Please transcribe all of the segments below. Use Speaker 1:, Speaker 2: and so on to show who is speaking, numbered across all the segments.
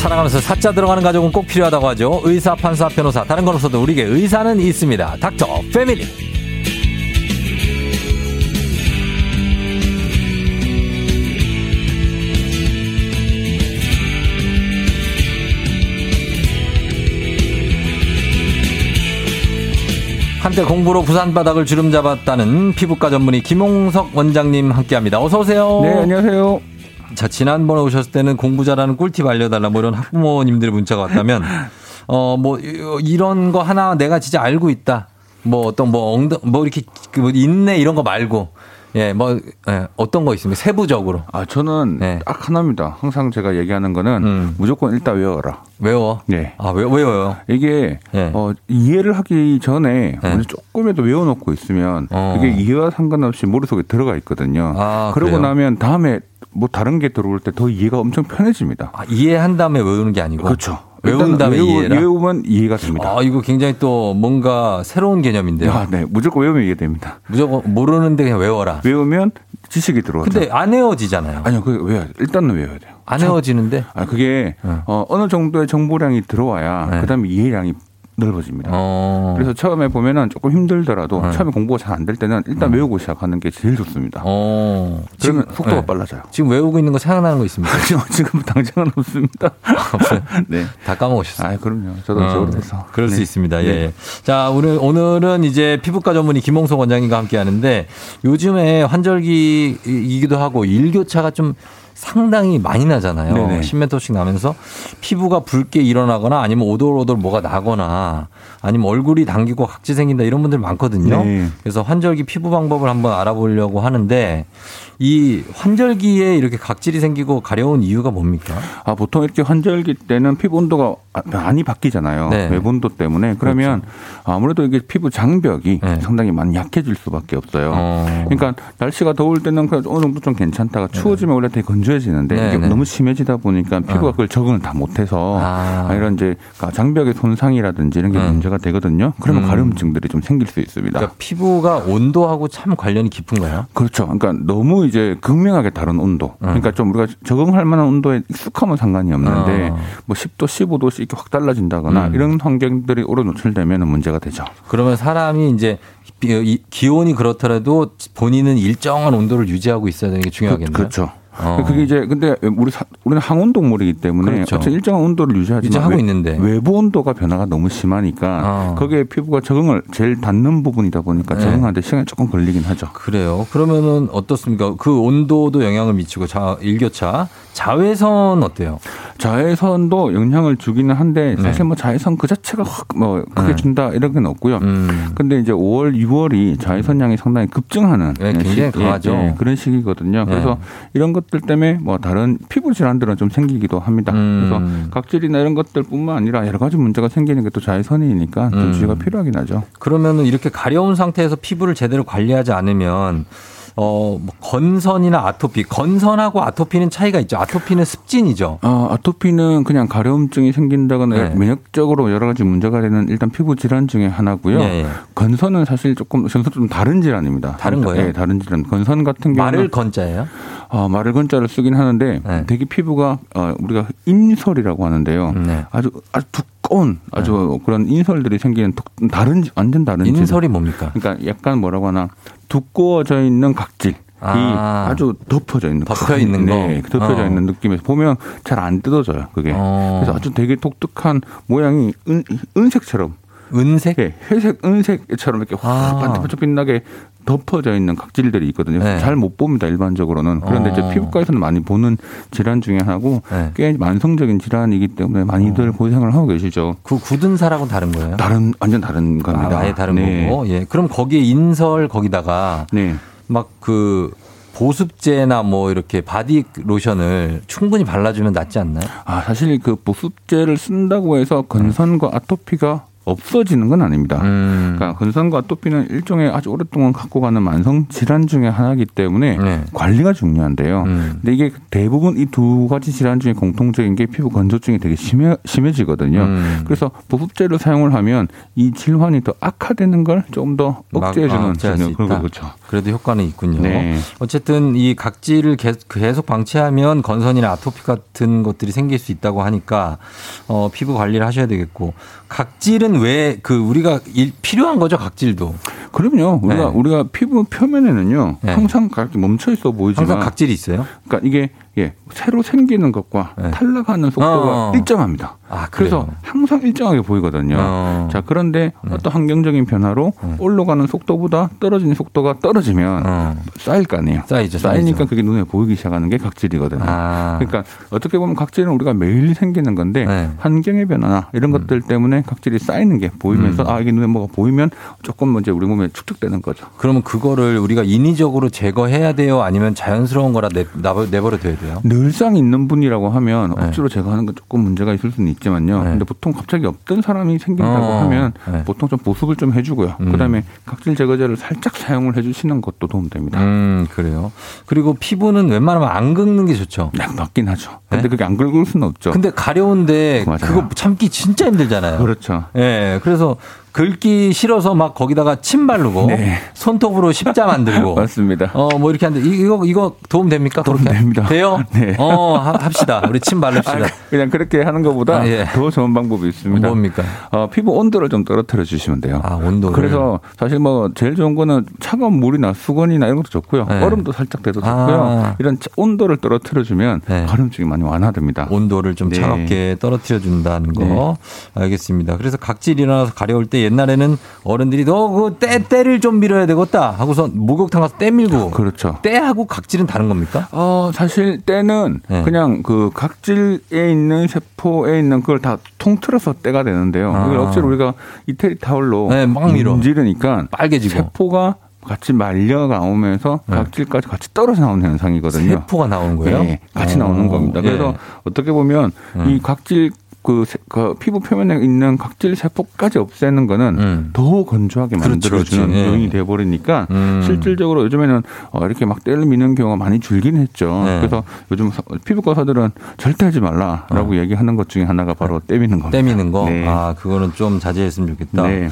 Speaker 1: 살아가면서 사자 들어가는 가족은 꼭 필요하다고 하죠. 의사, 판사, 변호사, 다른 건 없어도 우리에게 의사는 있습니다. 닥터 패밀리. 한때 공부로 부산 바닥을 주름 잡았다는 피부과 전문의 김홍석 원장님 함께합니다. 어서 오세요.
Speaker 2: 네, 안녕하세요.
Speaker 1: 자, 지난번에 오셨을 때는 공부 잘하는 꿀팁 알려달라 뭐 이런 학부모님들의 문자가 왔다면 어 뭐 이런 거 하나 내가 진짜 알고 있다. 뭐 어떤 뭐 엉덩 뭐 이렇게 그뭐 인내 이런 거 말고 예, 뭐 예, 어떤 거 있습니까? 세부적으로
Speaker 2: 아, 저는
Speaker 1: 네.
Speaker 2: 딱 하나입니다. 항상 제가 얘기하는 거는
Speaker 1: 음.
Speaker 2: 무조건 일단 외워라.
Speaker 1: 외워.
Speaker 2: 네.
Speaker 1: 아, 외, 외워요.
Speaker 2: 이게
Speaker 1: 네.
Speaker 2: 어, 이해를 하기 전에 먼저 조금이라도 외워놓고 있으면
Speaker 1: 어.
Speaker 2: 그게 이해와 상관없이 머릿속에 들어가 있거든요.
Speaker 1: 아,
Speaker 2: 그러고
Speaker 1: 그래요?
Speaker 2: 나면 다음에 뭐 다른 게 들어올 때 더 이해가 엄청 편해집니다. 어,
Speaker 1: 아, 이해한 다음에 외우는 게 아니고 그렇죠. 외운
Speaker 2: 그렇죠. 일단
Speaker 1: 다음에
Speaker 2: 외우-
Speaker 1: 이해라.
Speaker 2: 외우면 이해가 됩니다.
Speaker 1: 아, 이거 굉장히 또 뭔가 새로운 개념인데요.
Speaker 2: 아, 네, 무조건 외우면 이해됩니다.
Speaker 1: 무조건 모르는데 그냥 외워라.
Speaker 2: 외우면 지식이 들어오죠.
Speaker 1: 근데 안 헤어지잖아요.
Speaker 2: 아니요, 그게 외워야 돼. 일단은 외워야 돼요.
Speaker 1: 안 헤어지는데
Speaker 2: 아 그게 어, 어느 정도의 정보량이 들어와야
Speaker 1: 네.
Speaker 2: 그다음에 이해량이 넓어집니다.
Speaker 1: 어.
Speaker 2: 그래서 처음에 보면은 조금 힘들더라도
Speaker 1: 네. 음.
Speaker 2: 처음에 공부가 잘 안 될 때는 일단 외우고 시작하는 게 제일 좋습니다.
Speaker 1: 어.
Speaker 2: 그러면
Speaker 1: 지금-
Speaker 2: 속도가
Speaker 1: 네.
Speaker 2: 빨라져요.
Speaker 1: 지금 외우고 있는 거 생각나는 거 있습니까?
Speaker 2: 지금 지금 당장은 없습니다. 네.
Speaker 1: 다 까먹으셨어요.
Speaker 2: 아 그럼요. 저도
Speaker 1: 어,
Speaker 2: 저로서 네.
Speaker 1: 그럴 수 있습니다. 예. 자, 오늘, 오늘은 이제 피부과 전문의 김홍석 원장님과 함께 하는데 요즘에 환절기이기도 하고 일교차가 좀 상당히 많이 나잖아요.
Speaker 2: 네네.
Speaker 1: 10m씩 나면서 피부가 붉게 일어나거나 아니면 오돌오돌 뭐가 나거나 아니면 얼굴이 당기고 각지 생긴다 이런 분들 많거든요.
Speaker 2: 네.
Speaker 1: 그래서 환절기 피부 방법을 한번 알아보려고 하는데 이 환절기에 이렇게 각질이 생기고 가려운 이유가 뭡니까?
Speaker 2: 아 보통 이렇게 환절기 때는 피부 온도가 아- 많이 바뀌잖아요.
Speaker 1: 네. 그렇죠.
Speaker 2: 외본도 때문에 그러면 아무래도 이게 피부 장벽이
Speaker 1: 네.
Speaker 2: 상당히 많이 약해질 수밖에 없어요.
Speaker 1: 어.
Speaker 2: 그러니까 날씨가 더울 때는 그냥 어느 정도 좀 괜찮다가 추워지면 원래 되게 건조해지는데
Speaker 1: 네,
Speaker 2: 이게
Speaker 1: 네.
Speaker 2: 너무 심해지다 보니까 피부가 그걸 적응을 다 못해서
Speaker 1: 아.
Speaker 2: 아, 이런 이제 장벽의 손상이라든지 이런 게
Speaker 1: 음.
Speaker 2: 문제가 되거든요. 그러면 가려움증들이 좀 생길 수 있습니다.
Speaker 1: 그러니까 피부가 온도하고 참 관련이 깊은 거예요.
Speaker 2: 그렇죠. 그러니까 너무 이제 극명하게 다른 온도.
Speaker 1: 네.
Speaker 2: 그러니까 좀 우리가 적응할 만한 온도에 익숙하면 상관이 없는데
Speaker 1: 어.
Speaker 2: 뭐 10도, 15도씩 이렇게 확 달라진다거나
Speaker 1: 음.
Speaker 2: 이런 환경들이 오래 노출되면 문제가 되죠.
Speaker 1: 그러면 사람이 이제 비- 이- 기온이 그렇더라도 본인은 일정한 온도를 유지하고 있어야 되는 게 중요하겠네요.
Speaker 2: 그, 렇죠
Speaker 1: 어.
Speaker 2: 그게 이제 근데 우리 사- 우리는 항온동물이기 때문에
Speaker 1: 그렇죠.
Speaker 2: 어쨌든 일정한 온도를 유지하지만
Speaker 1: 유지하고
Speaker 2: 외-
Speaker 1: 있는데.
Speaker 2: 외부 온도가 변화가 너무 심하니까
Speaker 1: 어.
Speaker 2: 거기에 피부가 적응을 제일 닿는 부분이다 보니까
Speaker 1: 네.
Speaker 2: 적응하는데 시간이 조금 걸리긴 하죠.
Speaker 1: 그래요. 그러면은 어떻습니까? 그 온도도 영향을 미치고 자 일교차, 자외선 어때요?
Speaker 2: 자외선도 영향을 주기는 한데
Speaker 1: 네.
Speaker 2: 사실 뭐 자외선 그 자체가 확 뭐 크게 준다 이런 건 없고요.
Speaker 1: 음.
Speaker 2: 근데 이제 5월, 6월이 자외선량이 상당히 급증하는
Speaker 1: 네, 굉장히
Speaker 2: 시-
Speaker 1: 강하죠. 네.
Speaker 2: 그런 시기거든요. 그래서 이런 것들 때문에 뭐 다른 피부 질환들은 좀 생기기도 합니다.
Speaker 1: 음.
Speaker 2: 그래서 각질이나 이런 것들뿐만 아니라 여러 가지 문제가 생기는 게 또 자외선이니까
Speaker 1: 음.
Speaker 2: 좀 주의가 필요하긴 하죠.
Speaker 1: 그러면은 이렇게 가려운 상태에서 피부를 제대로 관리하지 않으면 어뭐 건선이나 아토피, 건선하고 아토피는 차이가 있죠. 아토피는 습진이죠.
Speaker 2: 아, 아토피는 그냥 가려움증이 생긴다거나
Speaker 1: 네.
Speaker 2: 면역적으로 여러 가지 문제가 되는 일단 피부 질환 중에 하나고요.
Speaker 1: 예, 예.
Speaker 2: 건선은 사실 조금 건선 좀 다른 질환입니다.
Speaker 1: 다른 거예요?
Speaker 2: 네, 다른 질환. 건선 같은 경우는
Speaker 1: 말을 건자예요.
Speaker 2: 어, 마를 건자를 쓰긴 하는데
Speaker 1: 네.
Speaker 2: 되게 피부가 어, 우리가 인설이라고 하는데요.
Speaker 1: 네.
Speaker 2: 아주 아주 두꺼운 아주 그런 인설들이 생기는 독- 다른 완전 다른 질환.
Speaker 1: 인설이 뭡니까?
Speaker 2: 그러니까 약간 뭐라고 하나 두꺼워져 있는 각질. 이
Speaker 1: 아.
Speaker 2: 아. 주 덮어져 있는
Speaker 1: 덮여
Speaker 2: 큰-
Speaker 1: 있는 거.
Speaker 2: 네, 덮여져
Speaker 1: 어.
Speaker 2: 있는 느낌에서 보면 잘 안 뜯어져요 그게
Speaker 1: 어.
Speaker 2: 그래서 아주 되게 독특한 모양이 은, 은색처럼
Speaker 1: 은색?
Speaker 2: 예, 회색, 은색처럼 이렇게 확
Speaker 1: 아.
Speaker 2: 반짝반짝 빛나게 덮어져 있는 각질들이 있거든요.
Speaker 1: 네.
Speaker 2: 잘 못 봅니다, 일반적으로는. 그런데
Speaker 1: 어.
Speaker 2: 이제 피부과에서는 많이 보는 질환 중에 하나고
Speaker 1: 네. 어.
Speaker 2: 꽤 만성적인 질환이기 때문에 많이들 고생을 하고 계시죠.
Speaker 1: 그 굳은 살하고는 다른 거예요?
Speaker 2: 다른, 완전 다른 겁니다.
Speaker 1: 아, 예 다른
Speaker 2: 네.
Speaker 1: 거고. 예. 그럼 거기에 인설 거기다가
Speaker 2: 네.
Speaker 1: 막 그 보습제나 뭐 이렇게 바디 로션을 충분히 발라주면 낫지 않나요?
Speaker 2: 아, 사실 그 보습제를 쓴다고 해서 건선과 아토피가 없어지는 건 아닙니다.
Speaker 1: 음.
Speaker 2: 그러니까 근선과 아토피는 일종의 아주 오랫동안 갖고 가는 만성 질환 중에 하나이기 때문에
Speaker 1: 네.
Speaker 2: 관리가 중요한데요.
Speaker 1: 음.
Speaker 2: 근데 이게 대부분 이 두 가지 질환 중에 공통적인 게 피부 건조증이 되게 심해, 심해지거든요.
Speaker 1: 음.
Speaker 2: 그래서 보습제를 사용을 하면 이 질환이 더 악화되는 걸 조금 더
Speaker 1: 막- 아,
Speaker 2: 억제해주는
Speaker 1: 억제할 수
Speaker 2: 작용.
Speaker 1: 있다.
Speaker 2: 그렇죠.
Speaker 1: 그래도 효과는 있군요.
Speaker 2: 네.
Speaker 1: 어쨌든 이 각질을 계- 계속 방치하면 건선이나 아토피 같은 것들이 생길 수 있다고 하니까 어, 피부 관리를 하셔야 되겠고 각질은 왜 그 우리가 일- 필요한 거죠 각질도
Speaker 2: 그럼요. 우리가
Speaker 1: 네.
Speaker 2: 우리가 피부 표면에는요
Speaker 1: 네.
Speaker 2: 항상 각기 멈춰 있어
Speaker 1: 항상
Speaker 2: 보이지만
Speaker 1: 각질이 있어요.
Speaker 2: 그러니까 이게 예, 새로 생기는 것과
Speaker 1: 네.
Speaker 2: 탈락하는 속도가
Speaker 1: 어.
Speaker 2: 일정합니다.
Speaker 1: 아 그래요.
Speaker 2: 그래서 항상 일정하게 보이거든요.
Speaker 1: 어.
Speaker 2: 자 그런데 어떤 환경적인 변화로
Speaker 1: 네.
Speaker 2: 올라가는 속도보다 떨어지는 속도가 떨어지면
Speaker 1: 어,
Speaker 2: 쌓일 거 아니에요.
Speaker 1: 쌓이죠.
Speaker 2: 쌓이니까
Speaker 1: 쌓이죠.
Speaker 2: 그게 눈에 보이기 시작하는 게 각질이거든요.
Speaker 1: 아
Speaker 2: 그러니까 어떻게 보면 각질은 우리가 매일 생기는 건데
Speaker 1: 네.
Speaker 2: 환경의 변화나 이런 것들 때문에 각질이 쌓이는 게 보이면서
Speaker 1: 음.
Speaker 2: 아 이게 눈에 뭐가 보이면 조금 이제 우리 몸에 축적되는 거죠.
Speaker 1: 그러면 그거를 우리가 인위적으로 제거해야 돼요? 아니면 자연스러운 거라 내, 놔버- 내버려 둬야 돼요?
Speaker 2: 늘상 있는 분이라고 하면
Speaker 1: 네.
Speaker 2: 억지로 제가 하는 건 조금 문제가 있을 수는 있지만요.
Speaker 1: 네.
Speaker 2: 근데 보통 갑자기 없던 사람이 생긴다고
Speaker 1: 어,
Speaker 2: 하면
Speaker 1: 네.
Speaker 2: 보통 좀 보습을 좀 해주고요.
Speaker 1: 음.
Speaker 2: 그다음에 각질 제거제를 살짝 사용을 해주시는 것도 도움됩니다.
Speaker 1: 음 그래요. 그리고 피부는 웬만하면 안 긁는 게 좋죠.
Speaker 2: 약 네, 맞긴 하죠. 근데
Speaker 1: 네?
Speaker 2: 그게 안 긁을 수는 없죠.
Speaker 1: 근데 가려운데
Speaker 2: 그렇죠. 맞아요.
Speaker 1: 그거 참기 진짜 힘들잖아요.
Speaker 2: 그렇죠.
Speaker 1: 예, 그래서 긁기 싫어서 막 거기다가 침 바르고
Speaker 2: 네.
Speaker 1: 손톱으로 십자 만들고
Speaker 2: 맞습니다.
Speaker 1: 어 뭐 이렇게 하는데 이- 이거 이거 도움 됩니까? 도움
Speaker 2: 됩니다.
Speaker 1: 돼요?
Speaker 2: 네.
Speaker 1: 어 하- 합시다. 우리 침
Speaker 2: 아,
Speaker 1: 바릅시다.
Speaker 2: 그냥 그렇게 하는 것보다
Speaker 1: 아, 예.
Speaker 2: 더 좋은 방법이 있습니다.
Speaker 1: 뭡니까?
Speaker 2: 어, 피부 온도를 좀 떨어뜨려 주시면 돼요.
Speaker 1: 아 온도.
Speaker 2: 그래서 사실 뭐 제일 좋은 거는 차가운 물이나 수건이나 이런 것도 좋고요.
Speaker 1: 네.
Speaker 2: 얼음도 살짝 대도
Speaker 1: 아.
Speaker 2: 좋고요. 이런 차- 온도를 떨어뜨려 주면
Speaker 1: 네.
Speaker 2: 가려움증이 많이 완화됩니다.
Speaker 1: 온도를 좀
Speaker 2: 네.
Speaker 1: 차갑게 떨어뜨려 준다는 거 알겠습니다. 그래서 각질이 일어나서 가려울 때 옛날에는 어른들이 너그때 때를 좀 밀어야 되겠다 하고서 목욕탕 가서 때 밀고
Speaker 2: 그렇죠.
Speaker 1: 때하고 각질은 다른 겁니까?
Speaker 2: 어, 사실 때는
Speaker 1: 네.
Speaker 2: 그냥 그 각질에 있는 세포에 있는 그걸 다 통틀어서 때가 되는데요.
Speaker 1: 아.
Speaker 2: 이걸 억지로 우리가 이태리 타올로
Speaker 1: 네, 막 밀어.
Speaker 2: 문지르니까
Speaker 1: 빨개지고
Speaker 2: 세포가 같이 말려나오면서
Speaker 1: 네.
Speaker 2: 각질까지 같이 떨어져 나오는 현상이거든요.
Speaker 1: 세포가 나오는 거예요?
Speaker 2: 예, 같이
Speaker 1: 어.
Speaker 2: 나오는 겁니다. 그래서
Speaker 1: 예. 음.
Speaker 2: 어떻게 보면 이 각질 그, 세- 그 피부 표면에 있는 각질 세포까지 없애는 거는
Speaker 1: 음.
Speaker 2: 더 건조하게
Speaker 1: 그렇지,
Speaker 2: 만들어주는
Speaker 1: 그렇지. 예.
Speaker 2: 요인이 돼버리니까
Speaker 1: 음.
Speaker 2: 실질적으로 요즘에는 어, 이렇게 막 때를 미는 경우가 많이 줄긴 했죠.
Speaker 1: 네.
Speaker 2: 그래서 요즘 서- 피부과 의사들은 절대 하지 말라라고
Speaker 1: 어.
Speaker 2: 얘기하는 것 중에 하나가 바로 때 미는 겁니다.
Speaker 1: 때미는 거.
Speaker 2: 네.
Speaker 1: 아, 그거는 좀 자제했으면 좋겠다.
Speaker 2: 네.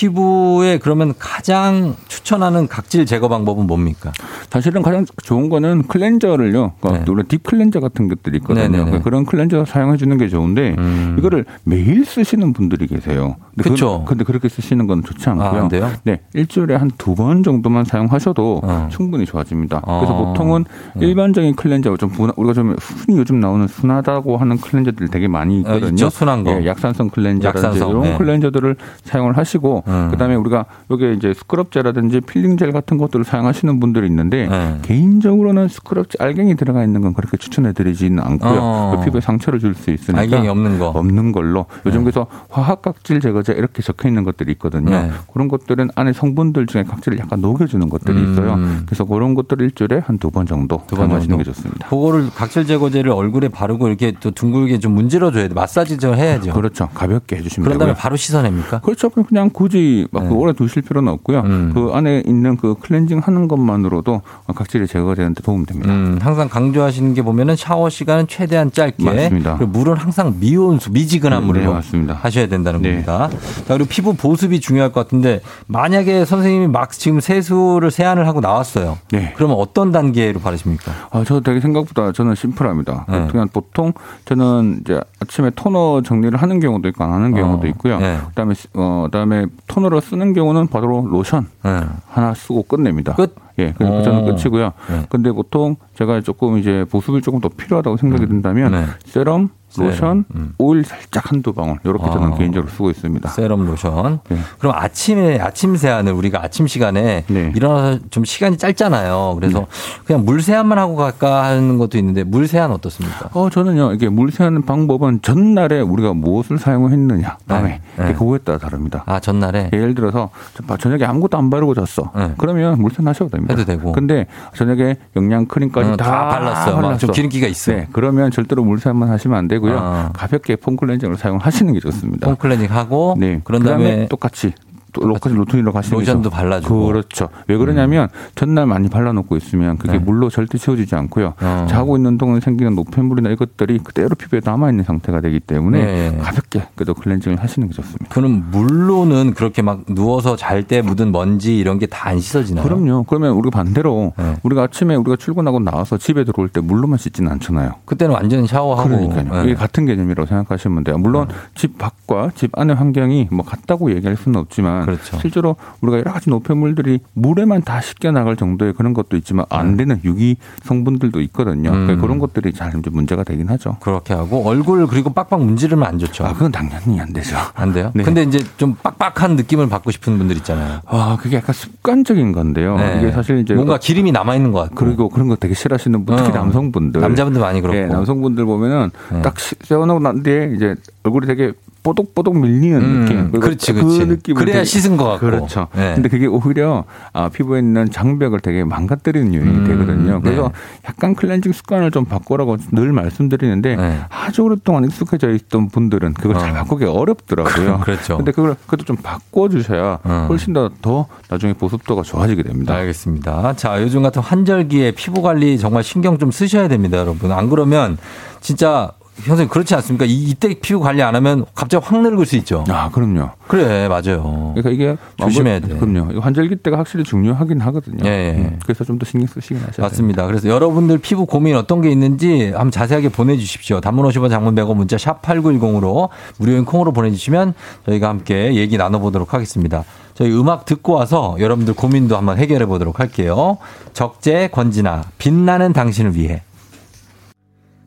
Speaker 1: 피부에 그러면 가장 추천하는 각질 제거 방법은 뭡니까?
Speaker 2: 사실은 가장 좋은 거는 클렌저를요.
Speaker 1: 네.
Speaker 2: 그러니까 원래 딥 클렌저 같은 것들이 있거든요.
Speaker 1: 네네네.
Speaker 2: 그러니까 그런 클렌저 사용해 주는 게 좋은데
Speaker 1: 음.
Speaker 2: 이거를 매일 쓰시는 분들이 계세요. 근데
Speaker 1: 그쵸.
Speaker 2: 그, 근데 그렇게 쓰시는 건 좋지
Speaker 1: 아, 안
Speaker 2: 않고요.
Speaker 1: 돼요?
Speaker 2: 네, 일주일에 한 두 번 정도만 사용하셔도
Speaker 1: 어.
Speaker 2: 충분히 좋아집니다. 그래서
Speaker 1: 어.
Speaker 2: 보통은 일반적인 클렌저, 좀 분하- 우리가 좀 흔히 요즘 나오는 순하다고 하는 클렌저들 되게 많이
Speaker 1: 아,
Speaker 2: 있거든요.
Speaker 1: 있죠, 순한 거.
Speaker 2: 예, 약산성 클렌저라든지
Speaker 1: 약산성,
Speaker 2: 이런
Speaker 1: 네.
Speaker 2: 클렌저들을 사용을 하시고
Speaker 1: 음.
Speaker 2: 그다음에 우리가 여기 이제 스크럽제라든지 필링젤 같은 것들을 사용하시는 분들이 있는데
Speaker 1: 네.
Speaker 2: 개인적으로는 스크럽제 알갱이 들어가 있는 건 그렇게 추천해드리지는 않고요.
Speaker 1: 어.
Speaker 2: 그 피부에 상처를 줄 수 있으니까 어,
Speaker 1: 알갱이 없는 거.
Speaker 2: 없는 걸로 요즘 그래서 화학 각질 제거제 이렇게 적혀 있는 것들이 있거든요.
Speaker 1: 네.
Speaker 2: 그런 것들은 안에 성분들 중에 각질을 약간 녹여주는 것들이
Speaker 1: 음.
Speaker 2: 있어요. 그래서 그런 것들을 일주일에 한 두 번 정도
Speaker 1: 두번
Speaker 2: 사용하시는 게
Speaker 1: 정도.
Speaker 2: 좋습니다.
Speaker 1: 그거를 각질 제거제를 얼굴에 바르고 이렇게 또 둥글게 좀 문질러 줘야 돼. 마사지 좀 해야죠.
Speaker 2: 그렇죠. 가볍게 해주시면
Speaker 1: 그런 다음에
Speaker 2: 되고요.
Speaker 1: 바로 씻어냅니까?
Speaker 2: 그렇죠. 그럼 그냥 굳이 막
Speaker 1: 네.
Speaker 2: 그 오래 두실 필요는 없고요.
Speaker 1: 음.
Speaker 2: 그 안에 있는 그 클렌징 하는 것만으로도 각질이 제거되는데 도움됩니다.
Speaker 1: 음, 항상 강조하시는 게 보면은 샤워 시간은 최대한 짧게.
Speaker 2: 맞습니다.
Speaker 1: 그리고 물은 항상 미온수, 미지근한
Speaker 2: 네,
Speaker 1: 물을
Speaker 2: 네, 맞습니다.
Speaker 1: 하셔야 된다는
Speaker 2: 네.
Speaker 1: 겁니다. 자, 그리고 피부 보습이 중요할 것 같은데 만약에 선생님이 막 지금 세수를 세안을 하고 나왔어요.
Speaker 2: 네.
Speaker 1: 그러면 어떤 단계로 바르십니까?
Speaker 2: 아, 저 되게 생각보다 저는 심플합니다.
Speaker 1: 네.
Speaker 2: 그냥 보통 저는 이제 아침에 토너 정리를 하는 경우도 있고 안 하는 경우도
Speaker 1: 어,
Speaker 2: 있고요.
Speaker 1: 네.
Speaker 2: 그다음에 시- 어 그다음에 토너를 쓰는 경우는 바로 로션
Speaker 1: 네.
Speaker 2: 하나 쓰고 끝냅니다.
Speaker 1: 끝?
Speaker 2: 예, 그래서
Speaker 1: 어.
Speaker 2: 저는 끝이고요.
Speaker 1: 네.
Speaker 2: 근데 보통 제가 조금 이제 보습이 조금 더 필요하다고 생각이 든다면
Speaker 1: 네.
Speaker 2: 세럼,
Speaker 1: 세럼,
Speaker 2: 로션,
Speaker 1: 음.
Speaker 2: 오일 살짝 한두 방울 이렇게
Speaker 1: 아.
Speaker 2: 저는 개인적으로 쓰고 있습니다.
Speaker 1: 세럼 로션.
Speaker 2: 네.
Speaker 1: 그럼 아침에 아침 세안을 우리가 아침 시간에
Speaker 2: 네.
Speaker 1: 일어나서 좀 시간이 짧잖아요. 그래서 그냥 물 세안만 하고 갈까 하는 것도 있는데 물 세안 어떻습니까?
Speaker 2: 어, 저는요, 이게 물 세하는 방법은 전날에 우리가 무엇을 사용했느냐, 밤에.
Speaker 1: 네.
Speaker 2: 이게
Speaker 1: 네.
Speaker 2: 그거에 따라 다릅니다.
Speaker 1: 아 전날에
Speaker 2: 예를 들어서 저- 저녁에 아무것도 안 바르고 잤어.
Speaker 1: 네.
Speaker 2: 그러면 물세안 하셔도 됩니다.
Speaker 1: 해도 되고.
Speaker 2: 근데 저녁에 영양 크림까지
Speaker 1: 어,
Speaker 2: 다,
Speaker 1: 다 발랐어요. 막좀 기름기가 있어요.
Speaker 2: 네, 그러면 절대로 물세안만 하시면 안 되고요. 마시고요.
Speaker 1: 아.
Speaker 2: 가볍게 폼클렌징을 사용하시는 게 좋습니다.
Speaker 1: 폼클렌징 하고
Speaker 2: 네.
Speaker 1: 어? 그런 다음에
Speaker 2: 똑같이 또 로컬 루틴으로 가시는
Speaker 1: 로션도
Speaker 2: 거죠.
Speaker 1: 발라주고. 음.
Speaker 2: 그렇죠. 왜 그러냐면 전날 많이 발라놓고 있으면
Speaker 1: 네.
Speaker 2: 그게 물로 절대 채워지지 않고요.
Speaker 1: 어.
Speaker 2: 자고 있는 동안 생기는 노폐물이나 이것들이 그대로 피부에 남아 있는 상태가 되기 때문에
Speaker 1: 네.
Speaker 2: 가볍게 그래도 클렌징을 하시는 게 좋습니다.
Speaker 1: 그럼 물로는 그렇게 막 누워서 잘 때 묻은 먼지 이런 게 다 안 씻어지나요?
Speaker 2: 그럼요. 그러면 우리가 반대로
Speaker 1: 네.
Speaker 2: 우리가 아침에 우리가 출근하고 나와서 집에 들어올 때 물로만 씻지는 않잖아요.
Speaker 1: 그때는 완전 샤워하고.
Speaker 2: 그러니까요. 예.
Speaker 1: 네.
Speaker 2: 이게 같은 개념이라고 생각하시면 돼요. 물론 집 밖과 집 안의 환경이 뭐 같다고 얘기할 수는 없지만
Speaker 1: 그렇죠.
Speaker 2: 실제로 우리가 여러 가지 노폐물들이 물에만 다 씻겨 나갈 정도의 그런 것도 있지만 안 되는 유기 성분들도 있거든요.
Speaker 1: 네. 음.
Speaker 2: 그러니까 그런 것들이 잘 이제 문제가 되긴 하죠.
Speaker 1: 그렇게 하고 얼굴 그리고 빡빡 문지르면 안 좋죠.
Speaker 2: 아, 그건 당연히 안 되죠.
Speaker 1: 안 돼요?
Speaker 2: 네.
Speaker 1: 근데 이제 좀 빡빡한 느낌을 받고 싶은 분들 있잖아요.
Speaker 2: 아, 그게 약간 습관적인 건데요.
Speaker 1: 네.
Speaker 2: 어, 이게 사실 이제 그렇죠.
Speaker 1: 뭔가 기름이 남아 있는 것 같고.
Speaker 2: 그리고 그런 거 되게 싫어하시는 분, 특히
Speaker 1: 어.
Speaker 2: 남성분들.
Speaker 1: 남자분들 많이 그렇고.
Speaker 2: 예, 남성분들 보면은
Speaker 1: 예.
Speaker 2: 딱 시- 세워놓고 난 뒤에 이제 얼굴이 되게 뽀독뽀독 밀리는
Speaker 1: 음,
Speaker 2: 느낌. 그리고
Speaker 1: 그렇지,
Speaker 2: 그
Speaker 1: 그렇지.
Speaker 2: 느낌을
Speaker 1: 그래야
Speaker 2: 되게-
Speaker 1: 씻은 것 같고.
Speaker 2: 그렇죠.
Speaker 1: 네.
Speaker 2: 근데 그게 오히려 아, 피부에 있는 장벽을 되게 망가뜨리는 요인이
Speaker 1: 음,
Speaker 2: 되거든요. 그래서
Speaker 1: 네.
Speaker 2: 약간 클렌징 습관을 좀 바꾸라고 늘 말씀드리는데
Speaker 1: 네.
Speaker 2: 아주 오랫동안 익숙해져 있던 분들은 그걸 잘
Speaker 1: 어.
Speaker 2: 바꾸기 어렵더라고요.
Speaker 1: 그렇죠.
Speaker 2: 근데 그걸 그래도 좀 바꿔주셔야
Speaker 1: 어.
Speaker 2: 훨씬 더, 더 나중에 보습도가 좋아지게 됩니다.
Speaker 1: 알겠습니다. 자, 요즘 같은 환절기에 피부 관리 정말 신경 좀 쓰셔야 됩니다, 여러분. 안 그러면 진짜 선생님 그렇지 않습니까? 이, 때 피부 관리 안 하면 갑자기 확 늙을 수 있죠.
Speaker 2: 아, 그럼요.
Speaker 1: 그래, 맞아요.
Speaker 2: 그러니까 이게
Speaker 1: 조심해야 돼.
Speaker 2: 아무래도- 그럼요. 이 환절기 때가 확실히 중요하긴 하거든요.
Speaker 1: 예, 예.
Speaker 2: 음, 그래서 좀 더 신경 쓰시긴 하셔야
Speaker 1: 맞습니다. 그래서 여러분들 피부 고민 어떤 게 있는지 한번 자세하게 보내주십시오. 단문 50원 장문 100원 문자 샵 8910으로 무료인 콩으로 보내주시면 저희가 함께 얘기 나눠보도록 하겠습니다. 저희 음악 듣고 와서 여러분들 고민도 한번 해결해 보도록 할게요. 적재 권진아 빛나는 당신을 위해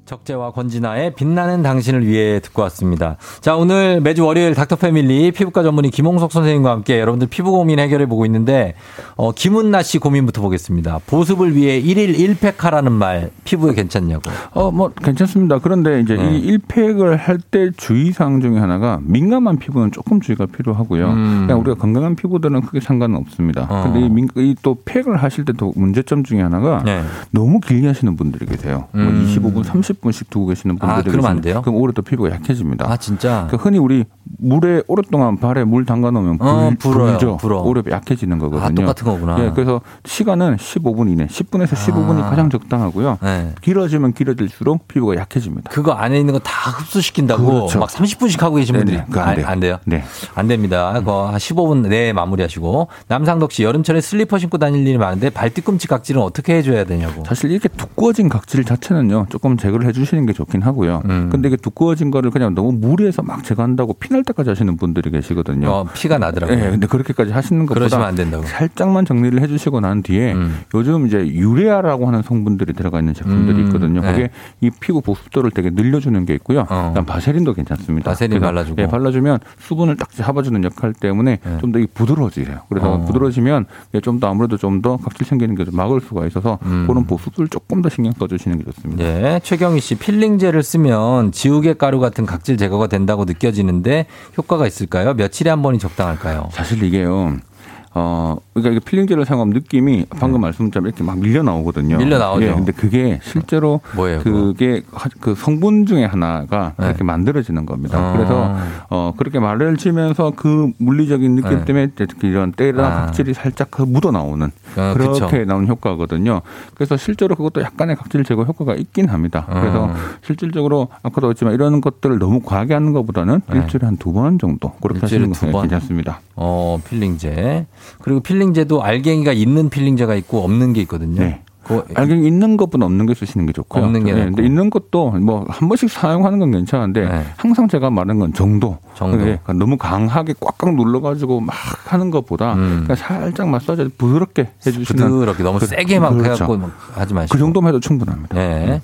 Speaker 1: 적재와 권진아의 빛나는 당신을 위해 듣고 왔습니다. 자, 오늘 매주 월요일 닥터패밀리 피부과 전문의 김홍석 선생님과 함께 여러분들 피부 고민 해결해 보고 있는데, 어, 김은나 씨 고민부터 보겠습니다. 보습을 위해 1일 1팩하라는 말, 피부에 괜찮냐고.
Speaker 2: 어, 뭐, 괜찮습니다. 그런데 이제
Speaker 1: 네.
Speaker 2: 이 일팩을 할 때 주의사항 중에 하나가 민감한 피부는 조금 주의가 필요하고요.
Speaker 1: 음.
Speaker 2: 그냥 우리가 건강한 피부들은 크게 상관은 없습니다.
Speaker 1: 어.
Speaker 2: 근데 이, 민, 이또 팩을 하실 때 또 문제점 중에 하나가
Speaker 1: 네.
Speaker 2: 너무 길게 하시는 분들이 계세요. 뭐
Speaker 1: 음.
Speaker 2: 25분, 30분씩 두고 계시는 분들이
Speaker 1: 아, 그러면 안
Speaker 2: 계시는데
Speaker 1: 돼요?
Speaker 2: 그럼 오히려 또 피부가 약해집니다.
Speaker 1: 아, 진짜?
Speaker 2: 그러니까 흔히 우리 물에 오랫동안 발에 물 담가 놓으면 불,
Speaker 1: 어, 불어요.
Speaker 2: 불죠.
Speaker 1: 불어.
Speaker 2: 오히려 약해지는 거거든요.
Speaker 1: 아, 똑같은 거구나.
Speaker 2: 예, 그래서 시간은 15분 이내, 10분에서 15분이
Speaker 1: 아.
Speaker 2: 가장 적당하고요.
Speaker 1: 네.
Speaker 2: 길어지면 길어질수록 피부가 약해집니다.
Speaker 1: 그거 안에 있는 거 다 흡수시킨다고
Speaker 2: 그렇죠.
Speaker 1: 막 30분씩 하고 계신 분들이 아,
Speaker 2: 네네, 그거 안 돼요.
Speaker 1: 안 돼요?
Speaker 2: 네.
Speaker 1: 안 됩니다. 그거 한 15분 내에 마무리하시고 남상덕 씨 여름철에 슬리퍼 신고 다닐 일이 많은데 발뒤꿈치 각질은 어떻게 해줘야 되냐고.
Speaker 2: 사실 이렇게 두꺼워진 각질 자체는요 조금 제거를 해주시는 게 좋긴 하고요.
Speaker 1: 음.
Speaker 2: 근데 이게 두꺼워진 거를 그냥 너무 무리해서 막 제거한다고 피날 때까지 하시는 분들이 계시거든요.
Speaker 1: 어, 피가
Speaker 2: 예,
Speaker 1: 나더라고요.
Speaker 2: 근데 그렇게까지 하시는 것보다
Speaker 1: 그러시면 안 된다고.
Speaker 2: 살짝만 정리를 해주시고 난 뒤에
Speaker 1: 음.
Speaker 2: 요즘 이제 유레아라고 하는 성분들이 들어가 있는 제품들이
Speaker 1: 음,
Speaker 2: 있거든요.
Speaker 1: 네.
Speaker 2: 그게 이 피부 보습도를 되게 늘려주는 게 있고요.
Speaker 1: 어.
Speaker 2: 그다음 바세린도 괜찮습니다.
Speaker 1: 바세린
Speaker 2: 그래서,
Speaker 1: 발라주고.
Speaker 2: 예, 발라주면 수분을 딱 잡아주는 역할 때문에
Speaker 1: 네.
Speaker 2: 좀 더 부드러워지세요. 그래서
Speaker 1: 어.
Speaker 2: 부드러워지면 예, 좀 더 아무래도 좀 더 각질 생기는 게 좀 막을 수가 있어서
Speaker 1: 음.
Speaker 2: 그런 보습을 조금 더 신경 써주시는 게 좋습니다.
Speaker 1: 예, 최경희 씨 필링제를 쓰면 지우개 가루 같은 각질 제거가 된다고 느껴지는데 효과가 있을까요? 며칠에 한 번이 적당할까요?
Speaker 2: 사실 이게요. 어, 그러니까 이게 필링제를 사용하면 느낌이 방금 말씀처럼 이렇게 막 밀려 나오거든요.
Speaker 1: 네. 밀려 나오죠. 뭐,
Speaker 2: 예, 근데 그게 실제로
Speaker 1: 뭐예요, 그거?
Speaker 2: 그게 하- 그 성분 중에 하나가
Speaker 1: 네.
Speaker 2: 그렇게 만들어지는 겁니다.
Speaker 1: 아.
Speaker 2: 그래서 어, 그렇게 말을 치면서 그 물리적인 느낌
Speaker 1: 네.
Speaker 2: 때문에 특히 이런 때나
Speaker 1: 아.
Speaker 2: 각질이 살짝 그 묻어 나오는
Speaker 1: 아,
Speaker 2: 그렇게
Speaker 1: 그쵸.
Speaker 2: 나오는 효과거든요. 그래서 실제로 그것도 약간의 각질 제거 효과가 있긴 합니다. 그래서
Speaker 1: 아.
Speaker 2: 실질적으로 아까도 했지만 이런 것들을 너무 과하게 하는 것보다는
Speaker 1: 네.
Speaker 2: 일주일에 한 두 번 정도 그렇게
Speaker 1: 일주일에
Speaker 2: 하시는
Speaker 1: 두
Speaker 2: 것이
Speaker 1: 번?
Speaker 2: 괜찮습니다.
Speaker 1: 어, 필링제. 그리고 필링제도 알갱이가 있는 필링제가 있고 없는 게 있거든요.
Speaker 2: 네.
Speaker 1: 그거
Speaker 2: 알갱이 있는 것보다 없는 게 쓰시는 게 좋고요.
Speaker 1: 예. 없는 게
Speaker 2: 예,
Speaker 1: 낫고.
Speaker 2: 근데 있는 것도 뭐 한 번씩 사용하는 건 괜찮은데
Speaker 1: 네.
Speaker 2: 항상 제가 말하는 건 정도.
Speaker 1: 정도.
Speaker 2: 그러니까 너무 강하게 꽉꽉 눌러가지고 막 하는 것보다
Speaker 1: 음.
Speaker 2: 그냥 살짝 마사지 부드럽게 해주시면
Speaker 1: 부드럽게 너무
Speaker 2: 그-
Speaker 1: 세게 막
Speaker 2: 그렇죠.
Speaker 1: 해갖고 막 하지 마시고.
Speaker 2: 그 정도만 해도 충분합니다.
Speaker 1: 네.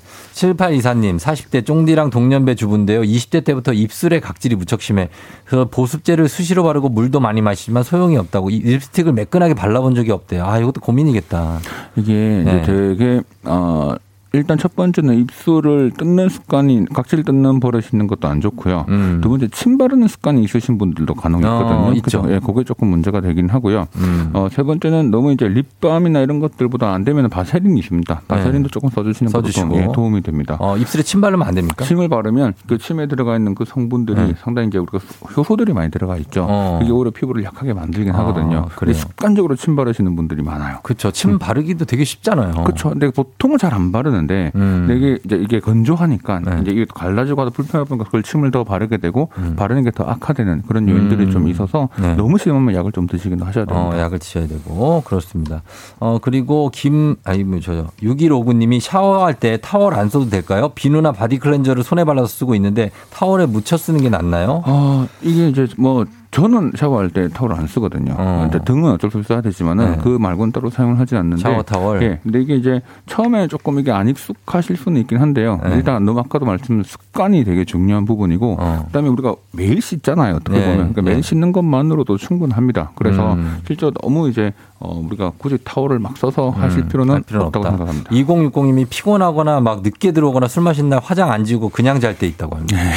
Speaker 1: 7824님, 40대 쫑디랑 동년배 주부인데요. 20대 때부터 입술에 각질이 무척 심해. 그래서 보습제를 수시로 바르고 물도 많이 마시지만 소용이 없다고. 이 립스틱을 매끈하게 발라본 적이 없대요. 아, 이것도 고민이겠다.
Speaker 2: 이게 이제
Speaker 1: 네.
Speaker 2: 되게 어 일단 첫 번째는 입술을 뜯는 습관이 각질 뜯는 버릇이 있는 것도 안 좋고요.
Speaker 1: 음.
Speaker 2: 두 번째 침 바르는 습관이 있으신 분들도 간혹 있거든요.
Speaker 1: 어, 있죠.
Speaker 2: 그래서, 예, 그게 조금 문제가 되긴 하고요.
Speaker 1: 음.
Speaker 2: 어, 세 번째는 너무 이제 립밤이나 이런 것들보다 안 되면 바세린이 있습니다. 바세린도 조금 써주시는 것도 좀,
Speaker 1: 네. 써주시고.
Speaker 2: 예, 도움이 됩니다.
Speaker 1: 어, 입술에 침 바르면 안 됩니까?
Speaker 2: 침을 바르면 그 침에 들어가 있는 그 성분들이
Speaker 1: 네.
Speaker 2: 상당히 이제 우리가 효소들이 많이 들어가 있죠.
Speaker 1: 어.
Speaker 2: 그게 오히려 피부를 약하게 만들긴
Speaker 1: 아,
Speaker 2: 하거든요.
Speaker 1: 그래요.
Speaker 2: 근데 습관적으로 침 바르시는 분들이 많아요.
Speaker 1: 그렇죠. 침 바르기도 되게 쉽잖아요.
Speaker 2: 음. 그렇죠. 근데 보통은 잘 안
Speaker 1: 어.
Speaker 2: 바르는데
Speaker 1: 음.
Speaker 2: 근데 이게 이제 이게 건조하니까
Speaker 1: 네.
Speaker 2: 이제 이게 갈라지고 하다 불편하다 보니까 그걸 침을 더 바르게 되고
Speaker 1: 음.
Speaker 2: 바르는 게 더 악화되는 그런 요인들이
Speaker 1: 음.
Speaker 2: 좀 있어서
Speaker 1: 네.
Speaker 2: 너무 심하면 약을 좀 드시기도 하셔야 됩니다.
Speaker 1: 어, 약을 드셔야 되고 그렇습니다. 어, 그리고 김 아니 뭐 저요. 6159님이 샤워할 때 타월 안 써도 될까요? 비누나 바디 클렌저를 손에 발라서 쓰고 있는데 타월에 묻혀 쓰는 게 낫나요?
Speaker 2: 아, 이게 이제 뭐 저는 샤워할 때 타월을 안 쓰거든요.
Speaker 1: 어.
Speaker 2: 근데 등은 어쩔 수 없이 써야 되지만은
Speaker 1: 네.
Speaker 2: 그 말고는 따로 사용을 하진 않는데.
Speaker 1: 샤워 타월.
Speaker 2: 예. 근데 이게 이제 처음에 조금 이게 안 익숙하실 수는 있긴 한데요.
Speaker 1: 네.
Speaker 2: 일단 너무 아까도 말씀드린 습관이 되게 중요한 부분이고
Speaker 1: 어.
Speaker 2: 그다음에 우리가 매일 씻잖아요. 어떻게
Speaker 1: 네.
Speaker 2: 보면 그러니까
Speaker 1: 네.
Speaker 2: 매일 씻는 것만으로도 충분합니다. 그래서
Speaker 1: 음.
Speaker 2: 실제 너무 이제 어, 우리가 굳이 타월을 막 써서 하실
Speaker 1: 음,
Speaker 2: 필요는
Speaker 1: 할 필요는
Speaker 2: 없다고
Speaker 1: 없다.
Speaker 2: 생각합니다.
Speaker 1: 2060님이 피곤하거나 막 늦게 들어오거나 술 마신 날 화장 안 지우고 그냥 잘 때 있다고 합니다.
Speaker 2: 네.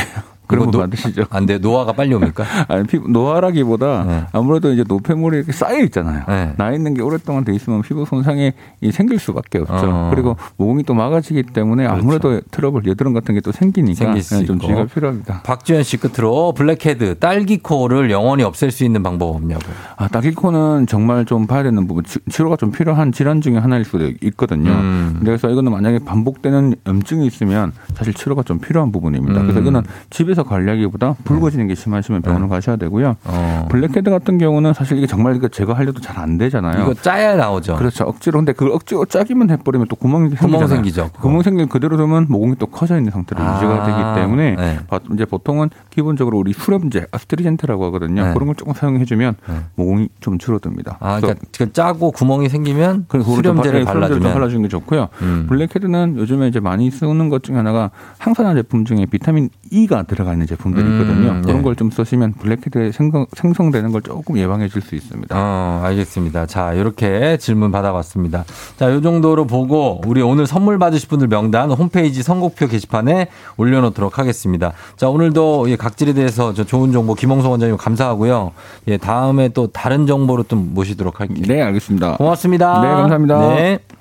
Speaker 2: 그런
Speaker 1: 이거
Speaker 2: 거
Speaker 1: 노-
Speaker 2: 받으시죠.
Speaker 1: 안 돼. 노화가 빨리 옵니까?
Speaker 2: 아니, 피부, 노화라기보다
Speaker 1: 네.
Speaker 2: 아무래도 이제 노폐물이 이렇게 쌓여 있잖아요.
Speaker 1: 네.
Speaker 2: 나 있는 게 오랫동안 돼 있으면 피부 손상이 이 생길 수밖에 없죠.
Speaker 1: 어.
Speaker 2: 그리고 모공이 또 막아지기 때문에 아무래도 트러블, 여드름 같은 게 또 그렇죠. 생기니까
Speaker 1: 생길 수
Speaker 2: 네, 좀
Speaker 1: 있고.
Speaker 2: 주의가 필요합니다.
Speaker 1: 박주현 씨 끝으로 블랙헤드, 딸기코를 영원히 없앨 수 있는 방법 없냐고.
Speaker 2: 아, 딸기코는 정말 좀 봐야 되는 부분, 치- 치료가 좀 필요한 질환 중에 하나일 수도 있거든요.
Speaker 1: 음.
Speaker 2: 근데 그래서 이거는 만약에 반복되는 염증이 있으면 사실 치료가 좀 필요한 부분입니다. 그래서
Speaker 1: 음.
Speaker 2: 이거는 집에서 관리하기보다 붉어지는 게 심하시면 병원을 가셔야 되고요.
Speaker 1: 어.
Speaker 2: 블랙헤드 같은 경우는 사실 이게 정말 이거 제거하려도 잘 안 되잖아요.
Speaker 1: 이거 짜야 나오죠.
Speaker 2: 그렇죠. 억지로 근데 그 억지로 짜기만 해버리면 또 구멍이
Speaker 1: 그러니까. 구멍
Speaker 2: 생기잖아요.
Speaker 1: 생기죠.
Speaker 2: 구멍 생긴 그대로 두면 모공이 또 커져 있는 상태로
Speaker 1: 아,
Speaker 2: 유지가 되기 때문에
Speaker 1: 네.
Speaker 2: 바- 이제 보통은 기본적으로 우리 수렴제 아스트리젠테라고 하거든요.
Speaker 1: 네.
Speaker 2: 그런 걸 조금 사용해주면
Speaker 1: 네.
Speaker 2: 모공이 좀 줄어듭니다.
Speaker 1: 아, 그러니까 그 짜고 구멍이 생기면
Speaker 2: 그래서 그걸 좀
Speaker 1: 수렴제를
Speaker 2: 바- 예, 수렴제를 좀
Speaker 1: 발라주면
Speaker 2: 발라주는 게 좋고요.
Speaker 1: 음.
Speaker 2: 블랙헤드는 요즘에 이제 많이 쓰는 것 중에 하나가 항산화 제품 중에 비타민 E가 들어가 있는 제품들이 있거든요.
Speaker 1: 음, 네.
Speaker 2: 그런 걸 좀 쓰시면 블랙헤드에 생성, 생성되는 걸 조금 예방해 줄 수 있습니다.
Speaker 1: 어, 알겠습니다. 자, 이렇게 질문 받아봤습니다. 자, 요 정도로 보고 우리 오늘 선물 받으실 분들 명단 홈페이지 선곡표 게시판에 올려놓도록 하겠습니다. 자, 오늘도 예, 각질에 대해서 저 좋은 정보 김홍석 원장님 감사하고요. 예, 다음에 또 다른 정보로 또 모시도록 할게요.
Speaker 2: 네, 알겠습니다.
Speaker 1: 고맙습니다.
Speaker 2: 네, 감사합니다.
Speaker 1: 네.